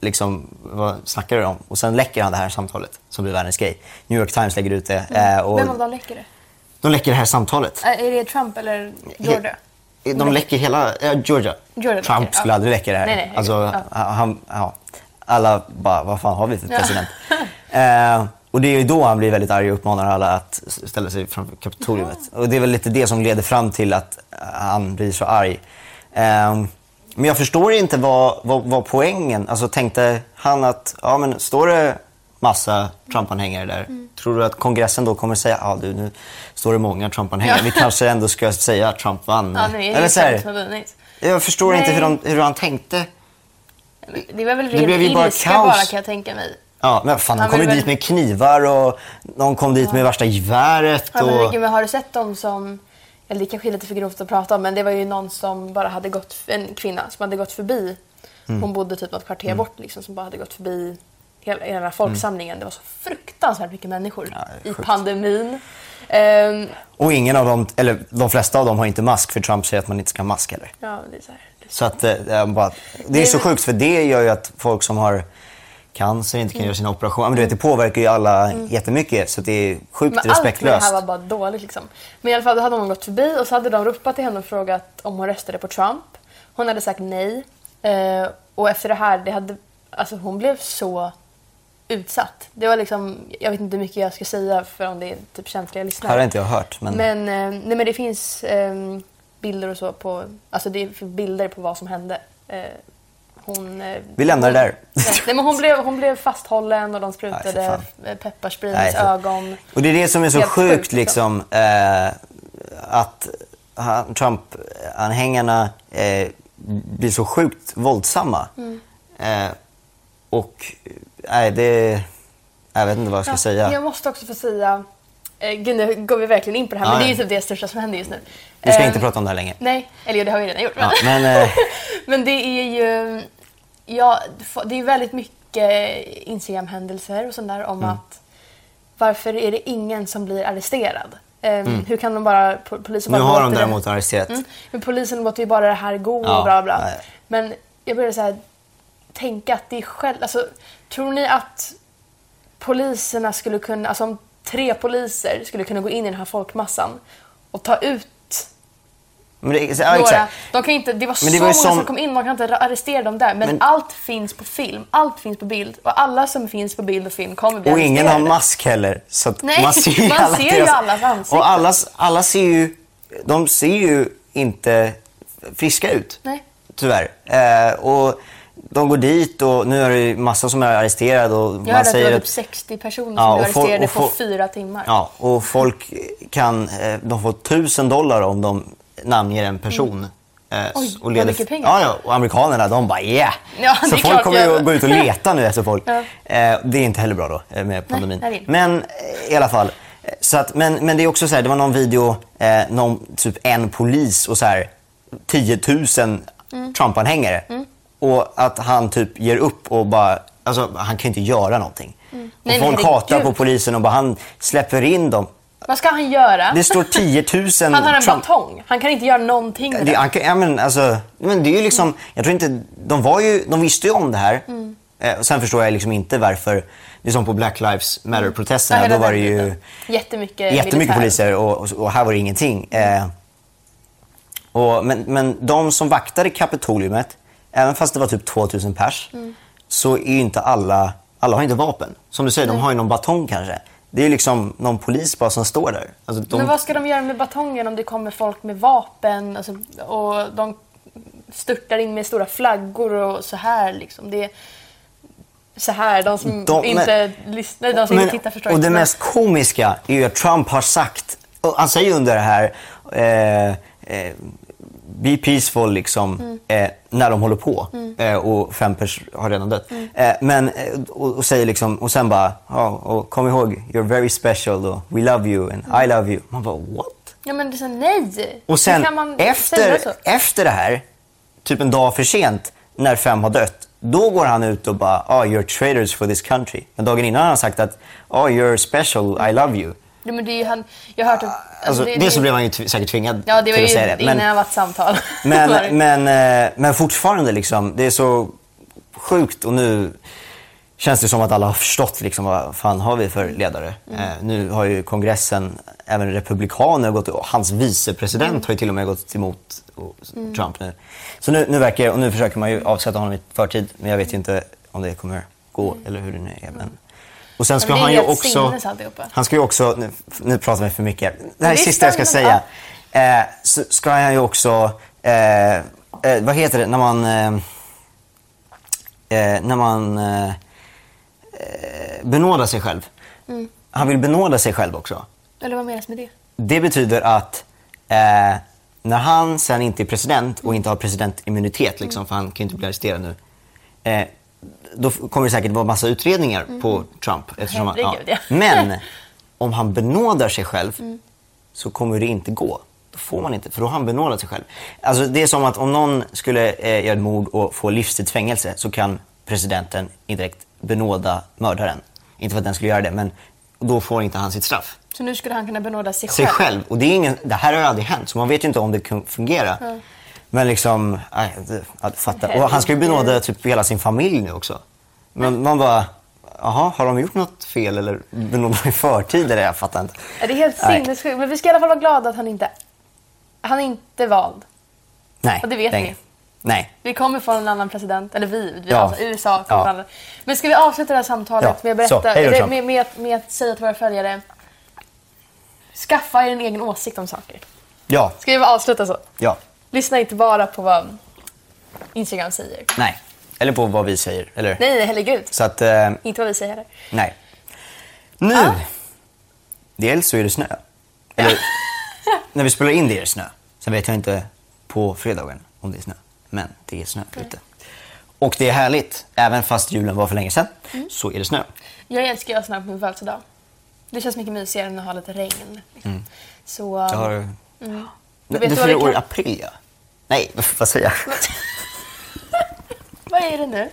Speaker 4: liksom, vad snackar du om? Och sen läcker han det här samtalet som blir världens grej. New York Times lägger ut det. Eh, och
Speaker 5: Mm. Vem av dem läcker det?
Speaker 4: de läcker det här samtalet.
Speaker 5: Ä- Är det Trump eller Georgia?
Speaker 4: De läcker hela ja, Georgia.
Speaker 5: Georgia
Speaker 4: Trump
Speaker 5: läcker,
Speaker 4: skulle
Speaker 5: ja.
Speaker 4: aldrig läcka det här.
Speaker 5: Nej, nej,
Speaker 4: alltså,
Speaker 5: ja.
Speaker 4: han, ja. Alla bara, vad fan har vi för president? eh, och det är ju då han blir väldigt arg och uppmanar alla att ställa sig framför Kapitoliet. Och det är väl lite det som leder fram till att eh, han blir så arg. Eh, men jag förstår inte vad, vad, vad poängen... Alltså tänkte han att, ja men står det massa Trump-anhängare där,
Speaker 5: Mm.
Speaker 4: tror du att kongressen då kommer säga, ja du nu står det många Trump-anhängare,
Speaker 5: Ja.
Speaker 4: vi kanske ändå ska säga att Trump vann?
Speaker 5: Ja, nej, det
Speaker 4: Eller
Speaker 5: är
Speaker 4: så här,
Speaker 5: Trump som har vunnit.
Speaker 4: jag förstår
Speaker 5: Nej.
Speaker 4: inte hur, de, hur han tänkte.
Speaker 5: Det var väl
Speaker 4: Det
Speaker 5: ren
Speaker 4: blev ju bara
Speaker 5: ilska
Speaker 4: kaos.
Speaker 5: bara kan jag tänka mig.
Speaker 4: Ja, men fan, de
Speaker 5: Han
Speaker 4: kom ju
Speaker 5: vill väl-
Speaker 4: dit med knivar och någon kom dit med värsta geväret.
Speaker 5: Ja, men,
Speaker 4: Och...
Speaker 5: gud, men har du sett dem som... Eller det kanske är lite för grovt att prata om, men det var ju någon som bara hade
Speaker 4: Mm.
Speaker 5: gått... En kvinna som hade gått förbi. Hon bodde typ något kvarter bort liksom, som bara hade gått förbi hela, hela den här folksamlingen. Det var så fruktansvärt mycket människor
Speaker 4: det är
Speaker 5: i
Speaker 4: sjukt.
Speaker 5: pandemin. Ehm,
Speaker 4: Och ingen av dem, eller de flesta av dem har inte mask för Trump säger att man inte ska ha mask heller.
Speaker 5: ja, det är så här.
Speaker 4: Så att, eh, jag bara, det är så sjukt för det gör ju att folk som har cancer inte kan göra sina operationer. Men du vet, det påverkar ju alla jättemycket så det är sjukt
Speaker 5: Mm. Men allt med det
Speaker 4: respektlöst.
Speaker 5: här var bara dåligt liksom. Men i alla fall då hade hon gått förbi och så hade de ropat till henne och frågat om hon röstade på Trump. Hon hade sagt nej. Eh, och efter det här, det hade, alltså hon blev så utsatt. Det var liksom, jag vet inte hur mycket jag ska säga för om det är typ
Speaker 4: Det
Speaker 5: känsliga lyssnare.
Speaker 4: här har inte jag hört. Men,
Speaker 5: Men, eh, nej, men det finns eh, bilder och så på, alltså det är bilder på vad som hände. Eh, hon, eh,
Speaker 4: Vi lämnar det där.
Speaker 5: Nej, nej, men hon blev, hon blev fasthållen och de
Speaker 4: Nej,
Speaker 5: sprutade
Speaker 4: för
Speaker 5: eh, pepparspray i
Speaker 4: Nej,
Speaker 5: hennes
Speaker 4: för-
Speaker 5: ögon.
Speaker 4: Och det är det som är så
Speaker 5: Helt
Speaker 4: sjukt,
Speaker 5: sjukt,
Speaker 4: liksom, eh, att han- Trump-anhängarna eh, blir så sjukt våldsamma.
Speaker 5: Mm.
Speaker 4: Eh, och nej, det... Jag vet inte vad jag ska
Speaker 5: Ja,
Speaker 4: säga.
Speaker 5: Jag måste också få säga... Eh, gud, nu går vi verkligen in på det här,
Speaker 4: Ja,
Speaker 5: men det är
Speaker 4: ja.
Speaker 5: ju typ det största som händer just nu.
Speaker 4: Vi ska
Speaker 5: Eh,
Speaker 4: inte prata om det här längre.
Speaker 5: Nej, eller jo, det har vi redan gjort.
Speaker 4: Ja, men, eh,
Speaker 5: men det är ju... Ja, det är väldigt mycket Instagram-händelser och sånt där om
Speaker 4: Mm.
Speaker 5: att varför är det ingen som blir arresterad? Eh, Hur kan de bara... po- Polisen
Speaker 4: Mm. Nu
Speaker 5: bara
Speaker 4: har de
Speaker 5: låter det-
Speaker 4: däremot arresterat.
Speaker 5: Mm. Men polisen låter ju bara det här gå och
Speaker 4: Ja,
Speaker 5: bla bla.
Speaker 4: nej.
Speaker 5: Men jag började så här, tänka att det är själv... Alltså, tror ni att poliserna skulle kunna... Alltså om tre poliser skulle kunna gå in i den här folkmassan och ta ut
Speaker 4: Men det, ja,
Speaker 5: några.
Speaker 4: exakt.
Speaker 5: De kan inte, det var
Speaker 4: Men det
Speaker 5: så
Speaker 4: var ju
Speaker 5: många som
Speaker 4: som-
Speaker 5: kom in, man kan inte arrestera dem där. Men,
Speaker 4: Men-
Speaker 5: allt finns på film, allt finns på bild och alla som finns på bild och film kommer bli
Speaker 4: Och ingen har
Speaker 5: arresterade.
Speaker 4: mask heller. Så att
Speaker 5: Nej,
Speaker 4: man ser ju,
Speaker 5: man
Speaker 4: alla
Speaker 5: ser ju
Speaker 4: deras-
Speaker 5: allas ansikten.
Speaker 4: Och alla, alla ser ju... De ser ju inte friska ut.
Speaker 5: Nej.
Speaker 4: Tyvärr. Eh, och de går dit och nu är det ju massa som är arresterade och
Speaker 5: Jag
Speaker 4: man
Speaker 5: hörde att det
Speaker 4: säger
Speaker 5: var
Speaker 4: att...
Speaker 5: typ 60 personer
Speaker 4: Ja,
Speaker 5: som
Speaker 4: och fo-
Speaker 5: blev arresterade
Speaker 4: och fo-
Speaker 5: på fyra timmar.
Speaker 4: Ja, och folk kan... eh, De får tusen dollar om de namnger en person. eh,
Speaker 5: Mm. Oj,
Speaker 4: s-
Speaker 5: vad mycket pengar.
Speaker 4: Ja, ja, och amerikanerna de bara yeah.
Speaker 5: Ja, det
Speaker 4: så
Speaker 5: är
Speaker 4: folk
Speaker 5: klart,
Speaker 4: kommer
Speaker 5: ja.
Speaker 4: ju att gå ut och leta nu efter folk.
Speaker 5: Ja.
Speaker 4: Eh, Det är inte heller bra då eh, med pandemin.
Speaker 5: nej, det är det.
Speaker 4: men eh, i alla fall. eh, Så att, men, men det är också så här, det var någon video, eh, någon, typ en polis och så här 10 000
Speaker 5: Mm.
Speaker 4: Trump-anhängare. Och att han typ ger upp och bara, alltså han kan ju inte göra någonting.
Speaker 5: Nej,
Speaker 4: Och folk
Speaker 5: nej,
Speaker 4: hatar på
Speaker 5: herregud.
Speaker 4: polisen och bara han släpper in dem.
Speaker 5: Vad ska han göra?
Speaker 4: Det står 10 000
Speaker 5: Han har en
Speaker 4: Trump...
Speaker 5: batong. Han kan inte göra någonting med
Speaker 4: Det,
Speaker 5: den.
Speaker 4: han kan, ja, men, alltså, men det är ju liksom, jag tror inte, de, var ju, de visste ju om det här.
Speaker 5: Mm.
Speaker 4: Eh, och sen förstår jag liksom inte varför, det är som på Black Lives Matter-protesterna,
Speaker 5: hela
Speaker 4: då var det
Speaker 5: den
Speaker 4: ju
Speaker 5: biten. jättemycket,
Speaker 4: jättemycket
Speaker 5: militär.
Speaker 4: poliser och, och, och här var det ingenting. Eh, och, men, men de som vaktade Kapitoliumet, även fast det var typ 2000 pers,
Speaker 5: Mm.
Speaker 4: så är ju inte alla, alla har inte vapen. Som du säger, de har ju någon batong kanske. Det är ju liksom någon polis bara som står där. Alltså, de,
Speaker 5: Men vad ska de göra med batongen om det kommer folk med vapen alltså, och de störtar in med stora flaggor och så här liksom. Det är så här, de som
Speaker 4: De-
Speaker 5: inte lyssnar, de som inte tittar förstår
Speaker 4: och
Speaker 5: inte.
Speaker 4: det
Speaker 5: men-
Speaker 4: mest komiska är ju att Trump har sagt, och han säger ju under det här, eh, eh, be peaceful liksom,
Speaker 5: Mm.
Speaker 4: eh, när de håller på. Eh, och fem pers har redan dött.
Speaker 5: Mm.
Speaker 4: Eh, men, eh, och, och säger liksom, och sen bara, ja, och kom ihåg, you're very special och we love you and I love you. Man bara, what?
Speaker 5: Ja men det är så, nej! Hur
Speaker 4: Och sen
Speaker 5: kan man säga så?
Speaker 4: efter, efter det här, typ en dag för sent, när fem har dött, då går han ut och bara oh, “you're traitors for this country”. Men dagen innan har han sagt att “oh, you're special, I love you”.
Speaker 5: Nej, men det är ju han, jag har hört att...
Speaker 4: Alltså, det, så blev han ju tv- säkert tvingad
Speaker 5: Ja, det var
Speaker 4: till
Speaker 5: ju
Speaker 4: att säga det.
Speaker 5: innan
Speaker 4: Men,
Speaker 5: jag var ett samtal. Var det.
Speaker 4: men, men, eh, men fortfarande, liksom, det är så sjukt och nu känns det som att alla har förstått liksom, vad fan har vi för ledare.
Speaker 5: Mm.
Speaker 4: Eh, nu har ju kongressen, även republikaner, gått och hans vicepresident
Speaker 5: Mm.
Speaker 4: har ju till och med gått emot och, Trump nu. Så nu, nu verkar och nu försöker man ju avsätta honom i förtid, men jag vet ju inte om det kommer gå eller hur det nu är. Men... Och sen ska
Speaker 5: Mm. Men det är
Speaker 4: han ju
Speaker 5: helt
Speaker 4: också...
Speaker 5: sinnes alltihopa.
Speaker 4: Han ska ju också, nu, nu pratar vi för mycket. Det här är
Speaker 5: Visst,
Speaker 4: sista jag ska
Speaker 5: men-
Speaker 4: säga. Eh, så ska han ju också, eh, eh, vad heter det, när man, eh, eh, när man eh, eh, benådar sig själv. Han vill benåda sig själv också.
Speaker 5: Eller vad menas med det?
Speaker 4: Det betyder att eh, när han sen inte är president och inte har presidentimmunitet, liksom, för han kan ju inte bli arresterad nu, eh, då f- kommer det säkert vara massa utredningar på Trump. Eftersom han, ja.
Speaker 5: Mm. Herregud, ja. Mm.
Speaker 4: Men om han benådar sig själv så kommer det inte gå. Då får man inte, för då har han benådat sig själv. Alltså, det är som att om någon skulle eh, göra ett mord och få livstids fängelse så kan presidenten indirekt benåda mördaren. Inte för att den skulle göra det, men då får inte han sitt straff.
Speaker 5: Så nu skulle han kunna benåda sig,
Speaker 4: Sig själv. Och det, är ingen, det här har ju aldrig hänt, så man vet ju inte om det kan fungera. Men liksom, aj, det- att fatta. Och han ska ju benåda typ hela sin familj nu också. Men man bara, jaha, har de gjort något fel eller benådat i förtid? Eller jag fattar inte.
Speaker 5: Ja, Det är helt
Speaker 4: Nej.
Speaker 5: sinnessjukt. Men vi ska i alla fall vara glada att han inte... Han är inte vald.
Speaker 4: Nej,
Speaker 5: Och det vet
Speaker 4: är
Speaker 5: ni.
Speaker 4: inget. Nej,
Speaker 5: Vi kommer få en annan president, eller vi, vi
Speaker 4: Ja.
Speaker 5: alltså USA kommer
Speaker 4: Ja.
Speaker 5: få en annan. Men ska vi avsluta det här samtalet
Speaker 4: Ja,
Speaker 5: med, att berätta,
Speaker 4: så, hej då,
Speaker 5: eller
Speaker 4: Trump.
Speaker 5: med, med, att- med att säga till våra följare Skaffa er en egen åsikt om saker.
Speaker 4: ja,
Speaker 5: Ska vi bara avsluta så?
Speaker 4: ja,
Speaker 5: Lyssna inte bara på vad Instagram säger.
Speaker 4: nej. Eller på vad vi säger, eller?
Speaker 5: Nej, nej, herregud.
Speaker 4: Så att, eh,
Speaker 5: Inte vad vi säger heller.
Speaker 4: nej. Nu,
Speaker 5: Ah.
Speaker 4: dels så är det snö. Eller, när vi spelar in det är det snö. Sen vet jag inte på fredagen om det är snö. Men det är snö
Speaker 5: Mm.
Speaker 4: ute. Och det är härligt. Även fast julen var för länge sedan
Speaker 5: Mm.
Speaker 4: så är det snö.
Speaker 5: Jag älskar att snabbt på min födelsedag. Det känns mycket mysigare än att ha lite regn. liksom.
Speaker 4: Mm.
Speaker 5: Så...
Speaker 4: Jag har... Du,
Speaker 5: Mm. vet
Speaker 4: du
Speaker 5: vad
Speaker 4: fyller
Speaker 5: det
Speaker 4: år i
Speaker 5: kan-
Speaker 4: april, ja. Nej, vad säger jag?
Speaker 5: Vad är det nu?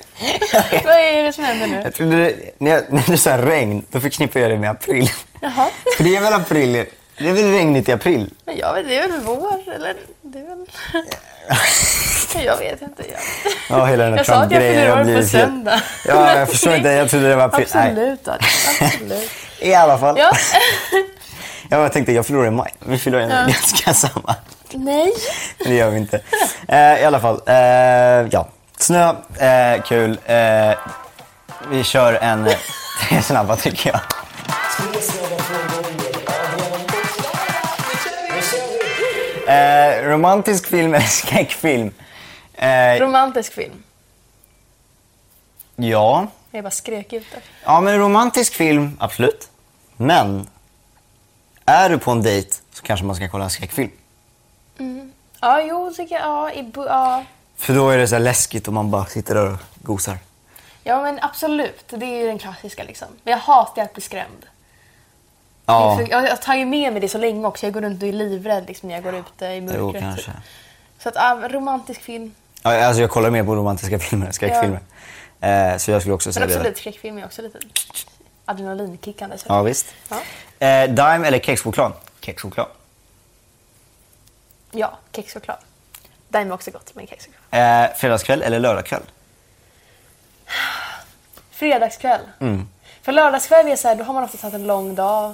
Speaker 5: vad är det som händer nu?
Speaker 4: Jag trodde det, när, jag, när du sa regn, då förknippar jag det med april.
Speaker 5: Jaha.
Speaker 4: För det är väl april? Det är väl regnigt i april?
Speaker 5: Men jag vet, det är väl vår, eller? Det är väl... jag vet inte. Jag,
Speaker 4: Ja, hela den här
Speaker 5: jag sa att jag
Speaker 4: Trump-grejen har
Speaker 5: fyller år på
Speaker 4: blivit fel.
Speaker 5: söndag.
Speaker 4: Ja, jag förstår inte. Jag trodde det var april. Nej.
Speaker 5: Absolut, då. absolut.
Speaker 4: I alla fall.
Speaker 5: Ja.
Speaker 4: Ja, jag tänkte jag förlorar i maj. Vi förlorar i ganska samma.
Speaker 5: Nej.
Speaker 4: Men det gör vi inte. Eh, I alla fall. Eh, ja. Snö, eh, kul. Eh, vi kör en... Det är snabba tycker jag. Eh, romantisk film eller skräckfilm? Eh,
Speaker 5: Romantisk film.
Speaker 4: ja.
Speaker 5: Jag bara skrek ut det.
Speaker 4: Ja, men romantisk film, absolut. Men är du på en dejt så kanske man ska kolla en skräckfilm.
Speaker 5: Ja, jo, tycker jag. Ja, i, bu- ja.
Speaker 4: För då är det så här läskigt om man bara sitter där och gosar.
Speaker 5: ja, men absolut. Det är ju den klassiska liksom. Men jag hatar att bli skrämd.
Speaker 4: Ja,
Speaker 5: Jag, jag tar ju med mig det så länge också. Jag går runt och är livrädd liksom, när jag går ute i mörkret.
Speaker 4: jo
Speaker 5: typ.
Speaker 4: kanske.
Speaker 5: Så att, ja, romantisk film.
Speaker 4: Ja, alltså jag kollar mer på romantiska filmer än skräckfilmer. Eh, så jag skulle också
Speaker 5: Men
Speaker 4: säga det.
Speaker 5: absolut, skräckfilm är också lite adrenalinkickande. Så.
Speaker 4: Ja, visst.
Speaker 5: Ja.
Speaker 4: Eh, Dime eller kexchoklad? Kexchoklad.
Speaker 5: Ja, kex och choklad. Daim är också gott, men kex och choklad.
Speaker 4: Eh, fredagskväll eller lördagskväll?
Speaker 5: Fredagskväll.
Speaker 4: Mm.
Speaker 5: För lördagskväll är så här, då har man oftast haft en lång dag.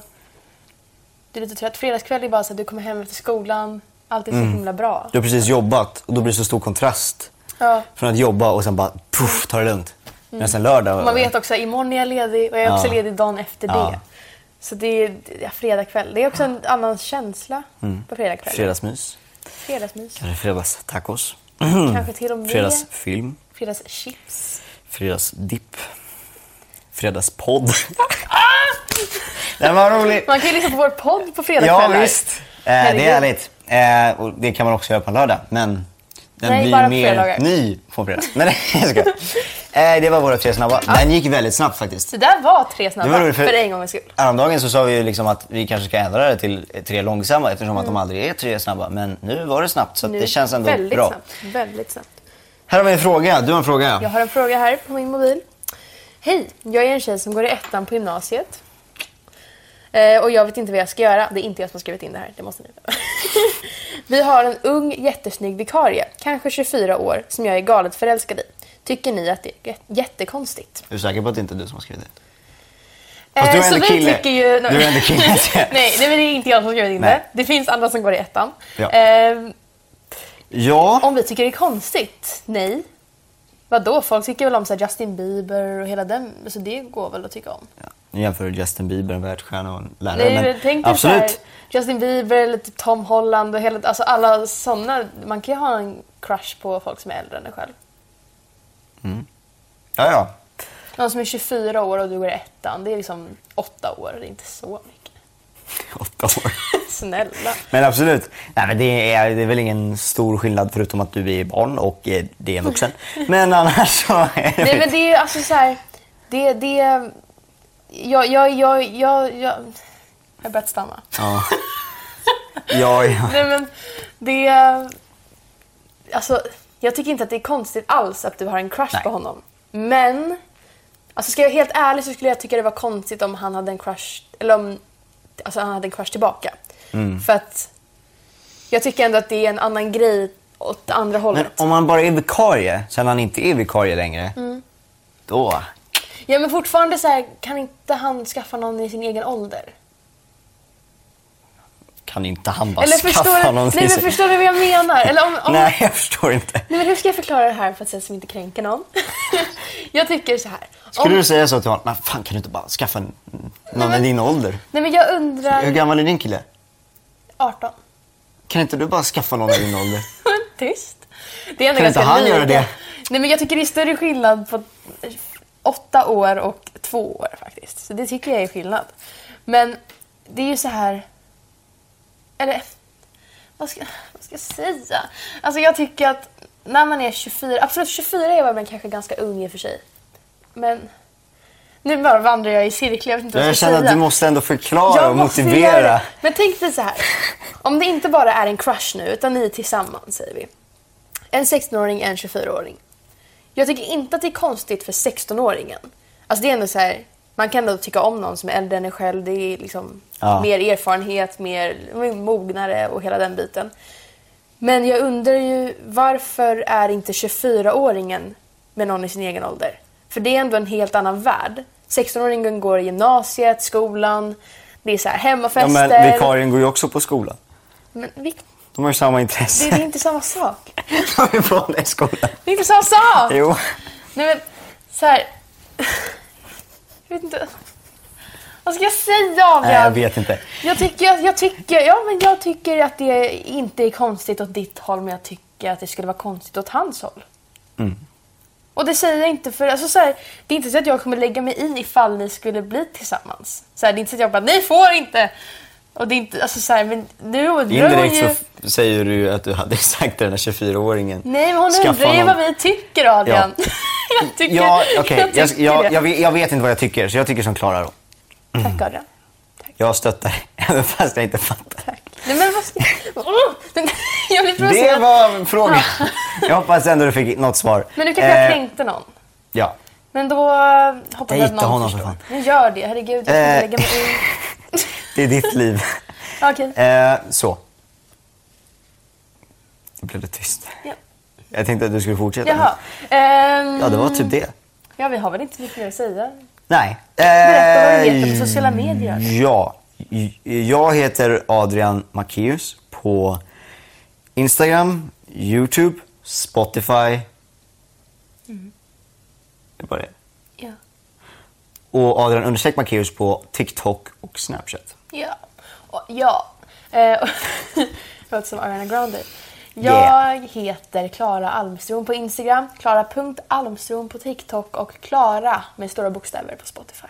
Speaker 5: Du är lite trött. Fredagskväll är bara så här, du kommer hem efter skolan. Allt är så
Speaker 4: Mm.
Speaker 5: himla bra.
Speaker 4: Du har precis jobbat och då blir det så stor kontrast.
Speaker 5: Ja.
Speaker 4: Från att jobba och sen bara puff, ta det lugnt. Medan sen lördag...
Speaker 5: Mm.
Speaker 4: eh,
Speaker 5: Man vet också, imorgon är jag ledig och jag är också
Speaker 4: Ja.
Speaker 5: ledig dagen efter det.
Speaker 4: Ja.
Speaker 5: Så det är ja, fredagkväll. Det är också en annan känsla
Speaker 4: Mm.
Speaker 5: på fredagkväll.
Speaker 4: Fredagsmys.
Speaker 5: Fredagsmys.
Speaker 4: Eller fredagstacos. Mm.
Speaker 5: Kanske till och med
Speaker 4: Fredagsfilm.
Speaker 5: fredagschips.
Speaker 4: Fredagsdipp. Fredagspodd. Den var rolig.
Speaker 5: Man kan ju lyssna på vår podd på
Speaker 4: Ja,
Speaker 5: fredagskvällar.
Speaker 4: visst. Eh, det är
Speaker 5: Herregud.
Speaker 4: härligt. Eh, och det kan man också göra på en lördag. Men den
Speaker 5: Nej,
Speaker 4: blir
Speaker 5: bara på
Speaker 4: mer
Speaker 5: fredagar.
Speaker 4: ny på fredag. Nej, jag skojar. eh, Det var våra tre snabba. Den gick väldigt snabbt faktiskt.
Speaker 5: Det där var tre
Speaker 4: Det
Speaker 5: snabba,
Speaker 4: var roligt,
Speaker 5: för... en gångs skull.
Speaker 4: Häromdagen så sa vi ju liksom att vi kanske ska ändra det till tre långsamma eftersom att de aldrig är tre snabba. Men nu var det snabbt så att
Speaker 5: Mm. Nu-
Speaker 4: det känns ändå
Speaker 5: väldigt
Speaker 4: bra.
Speaker 5: Snabbt, väldigt snabbt.
Speaker 4: Här har vi en fråga. Du har en fråga.
Speaker 5: Jag har en fråga här på min mobil. Hej, jag är en tjej som går i ettan på gymnasiet. Eh, och jag vet inte vad jag ska göra. Det är inte jag som har skrivit in det här, det måste ni veta. Vi har en ung jättesnygg vikarie, kanske 24 år, som jag är galet förälskad i. Tycker ni att det är jä- jättekonstigt?
Speaker 4: Är du säker på att det inte är du som har skrivit det?
Speaker 5: Eh,
Speaker 4: Fast du är
Speaker 5: så
Speaker 4: ändå
Speaker 5: vi
Speaker 4: kille.
Speaker 5: tycker ju...
Speaker 4: Du är ändå kille.
Speaker 5: nej, nej, men det är inte jag som har skrivit in det.
Speaker 4: Nej.
Speaker 5: Det finns andra som går i ettan.
Speaker 4: Ja.
Speaker 5: Eh,
Speaker 4: Ja.
Speaker 5: Om vi tycker det är konstigt? Nej. Vadå? Folk tycker väl om så här Justin Bieber och hela den, så det går väl att tycka om.
Speaker 4: Nu jämför du Justin Bieber, en världsstjärna och en lärare.
Speaker 5: Nej,
Speaker 4: men
Speaker 5: men tänk dig så här,
Speaker 4: absolut.
Speaker 5: Justin Bieber eller typ Tom Holland och hela, alltså alla sådana. Man kan ju ha en crush på folk som är äldre än en själv.
Speaker 4: Ja, ja.
Speaker 5: Någon som är 24 år och du går i ettan, det är liksom åtta år, det är inte så mycket.
Speaker 4: Åtta år.
Speaker 5: Snälla.
Speaker 4: Men absolut. Nej, men det, är, det är väl ingen stor skillnad förutom att du är barn och eh, det är en vuxen. Men annars så... Är det
Speaker 5: Nej men det är ju alltså så här, det, det, jag, jag, jag, jag, jag, jag har börjat stamma.
Speaker 4: Ja. ja, ja.
Speaker 5: Nej men det... Alltså, jag tycker inte att det är konstigt alls att du har en crush
Speaker 4: Nej.
Speaker 5: på honom. Men, alltså ska jag vara helt ärlig så skulle jag tycka det var konstigt om han hade en crush, eller om alltså han hade en crush tillbaka.
Speaker 4: Mm.
Speaker 5: För att jag tycker ändå att det är en annan grej åt andra hållet.
Speaker 4: Men om han bara är vikarie, sen han inte är vikarie längre, då...
Speaker 5: Ja men fortfarande så här, kan inte han skaffa någon i sin egen ålder?
Speaker 4: Kan inte han bara
Speaker 5: Eller
Speaker 4: skaffa
Speaker 5: förstår,
Speaker 4: någon
Speaker 5: nej, men förstår du vad jag menar? Eller om, om,
Speaker 4: Nej, jag förstår inte.
Speaker 5: Nej, men hur ska jag förklara det här på ett sätt som inte kränker någon? jag tycker så här.
Speaker 4: Skulle
Speaker 5: Om-
Speaker 4: du säga så till honom? Men fan, kan du inte bara skaffa en- någon i
Speaker 5: men-
Speaker 4: din ålder?
Speaker 5: Nej, men jag
Speaker 4: Hur
Speaker 5: undrar...
Speaker 4: gammal är din kille?
Speaker 5: 18.
Speaker 4: Kan inte du bara skaffa någon i din ålder?
Speaker 5: Tyst. Det är ändå
Speaker 4: Kan inte
Speaker 5: ganska
Speaker 4: han göra
Speaker 5: nyligen.
Speaker 4: det?
Speaker 5: Nej, men jag tycker det är större skillnad på åtta år och två år faktiskt. Så det tycker jag är skillnad. Men det är ju så här... Eller vad ska, vad ska jag säga? Alltså jag tycker att när man är 24, absolut 24 är man kanske ganska ung i och för sig. Men nu bara vandrar jag i cirklar, jag vet inte vad
Speaker 4: Jag
Speaker 5: jag ska säga.
Speaker 4: känner att du måste ändå förklara och
Speaker 5: måste göra
Speaker 4: motivera.
Speaker 5: det. Men tänk dig så här. Om det inte bara är en crush nu, utan ni är tillsammans, säger vi. En 16-åring, en 24-åring. Jag tycker inte att det är konstigt för 16-åringen. Alltså det är ändå så här, man kan då tycka om någon som är äldre än en själv. Det är liksom
Speaker 4: Ja.
Speaker 5: mer erfarenhet, mer mognare och hela den biten. Men jag undrar ju varför är inte 24-åringen med någon i sin egen ålder? För det är ändå en helt annan värld. 16-åringen går i gymnasiet, skolan, det är så här
Speaker 4: Ja,
Speaker 5: hemmafester.
Speaker 4: men vikarien går ju också på skolan.
Speaker 5: Men vilk-
Speaker 4: De har ju samma
Speaker 5: det,
Speaker 4: intresse.
Speaker 5: det är inte samma sak.
Speaker 4: De är från den skolan.
Speaker 5: Det är inte samma sak!
Speaker 4: Jo.
Speaker 5: Nej men, så här. Jag vet inte. Vad ska jag säga Adrian?
Speaker 4: Nej, jag vet inte.
Speaker 5: Jag tycker, jag, jag tycker, ja, men jag tycker att det inte är konstigt åt ditt håll, men jag tycker att det skulle vara konstigt åt hans håll.
Speaker 4: Mm.
Speaker 5: Och det säger jag inte för... Alltså, så här, det är inte så att jag kommer lägga mig i ifall ni skulle bli tillsammans. Så här, det är inte så att jag bara, ni får inte! Och det är inte, alltså så här, men nu undrar hon
Speaker 4: Indirekt så
Speaker 5: ju...
Speaker 4: f- säger du ju att du hade sagt till den här 24-åringen.
Speaker 5: Nej, men hon
Speaker 4: "Skaffa
Speaker 5: undrar ju
Speaker 4: någon."
Speaker 5: vad vi tycker Adrian.
Speaker 4: Ja.
Speaker 5: jag tycker,
Speaker 4: Ja, okej.
Speaker 5: jag
Speaker 4: Jag,
Speaker 5: tycker
Speaker 4: jag,
Speaker 5: det.
Speaker 4: jag, vet- jag vet inte vad jag tycker, så jag tycker som Klara då.
Speaker 5: Tack Adrian.
Speaker 4: Jag stöttar, även fast jag inte fattar.
Speaker 5: Nej men vad ska... Åh! Den- jag blir
Speaker 4: Det
Speaker 5: provocerad.
Speaker 4: var frågan.
Speaker 5: Ja.
Speaker 4: Jag hoppas ändå du fick något svar.
Speaker 5: Men nu kanske jag
Speaker 4: Eh,
Speaker 5: kränkte någon.
Speaker 4: Ja.
Speaker 5: Men då eh, hoppas jag
Speaker 4: Dejta
Speaker 5: att någon
Speaker 4: honom för
Speaker 5: förstår.
Speaker 4: fan.
Speaker 5: Men gör det, herregud. Jag ska inte
Speaker 4: Eh.
Speaker 5: lägga mig i.
Speaker 4: Det är ditt liv.
Speaker 5: Okej.
Speaker 4: Eh, så. Det blev det tyst.
Speaker 5: Ja.
Speaker 4: Jag tänkte att du skulle fortsätta.
Speaker 5: Jaha. Ehm,
Speaker 4: Ja, det var Eh, typ det.
Speaker 5: ja, vi har väl inte så mycket mer att säga.
Speaker 4: Nej.
Speaker 5: Berätta vad du
Speaker 4: Eh,
Speaker 5: heter på sociala medier.
Speaker 4: Ja. Jag heter Adrian Macéus på Instagram, YouTube, Spotify.
Speaker 5: Mm.
Speaker 4: Det är bara det.
Speaker 5: Ja.
Speaker 4: Och Adrian understreck Macéus på TikTok och Snapchat.
Speaker 5: Ja. Och, ja. Eh, och- Låter som Ariana Grande. Jag
Speaker 4: Yeah.
Speaker 5: heter Klara Almstrom på Instagram, klara.almstrom på TikTok och Klara med stora bokstäver på Spotify.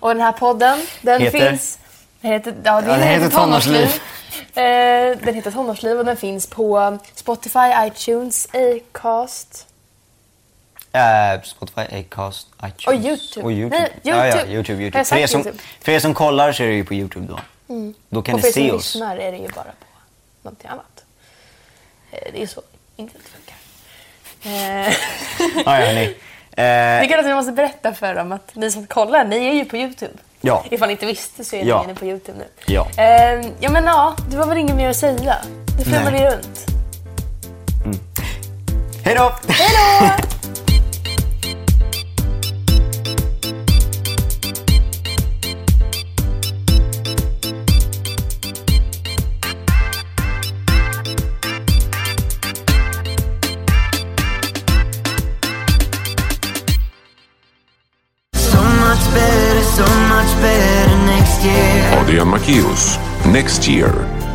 Speaker 5: Och den här podden, den
Speaker 4: Heter?
Speaker 5: finns... Den heter, ja, det
Speaker 4: Ja, den heter Tonårsliv.
Speaker 5: Eh, den heter Tonårsliv och den finns på Spotify, iTunes, Acast
Speaker 4: Eh, Spotify, Acast, iTunes.
Speaker 5: Och YouTube.
Speaker 4: Och YouTube.
Speaker 5: Nej,
Speaker 4: Ja, ja,
Speaker 5: YouTube.
Speaker 4: YouTube,
Speaker 5: Har
Speaker 4: YouTube.
Speaker 5: jag
Speaker 4: För,
Speaker 5: sagt
Speaker 4: er som,
Speaker 5: YouTube? Mm.
Speaker 4: för er som kollar så är det ju på YouTube då. Då kan ni
Speaker 5: och för er
Speaker 4: se
Speaker 5: som
Speaker 4: oss.
Speaker 5: lyssnar är det ju bara på någonting annat. Eh, Det är så internet funkar. Eh,
Speaker 4: Ja, ja, ni. Eh,
Speaker 5: Det kan att vi måste berätta för dem att ni som kollar, ni är ju på Youtube.
Speaker 4: Ja.
Speaker 5: Ifall ni inte visste så är ni
Speaker 4: Ja.
Speaker 5: inne på Youtube nu.
Speaker 4: Ja.
Speaker 5: Eh, ja men ja, det var väl inget mer att säga. Det flödar
Speaker 4: Nej.
Speaker 5: det runt.
Speaker 4: hej då!
Speaker 1: So much better, so much better next year.
Speaker 2: Adrian Macius. Next year.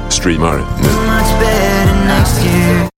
Speaker 2: Streamar nu.
Speaker 1: Much better next year.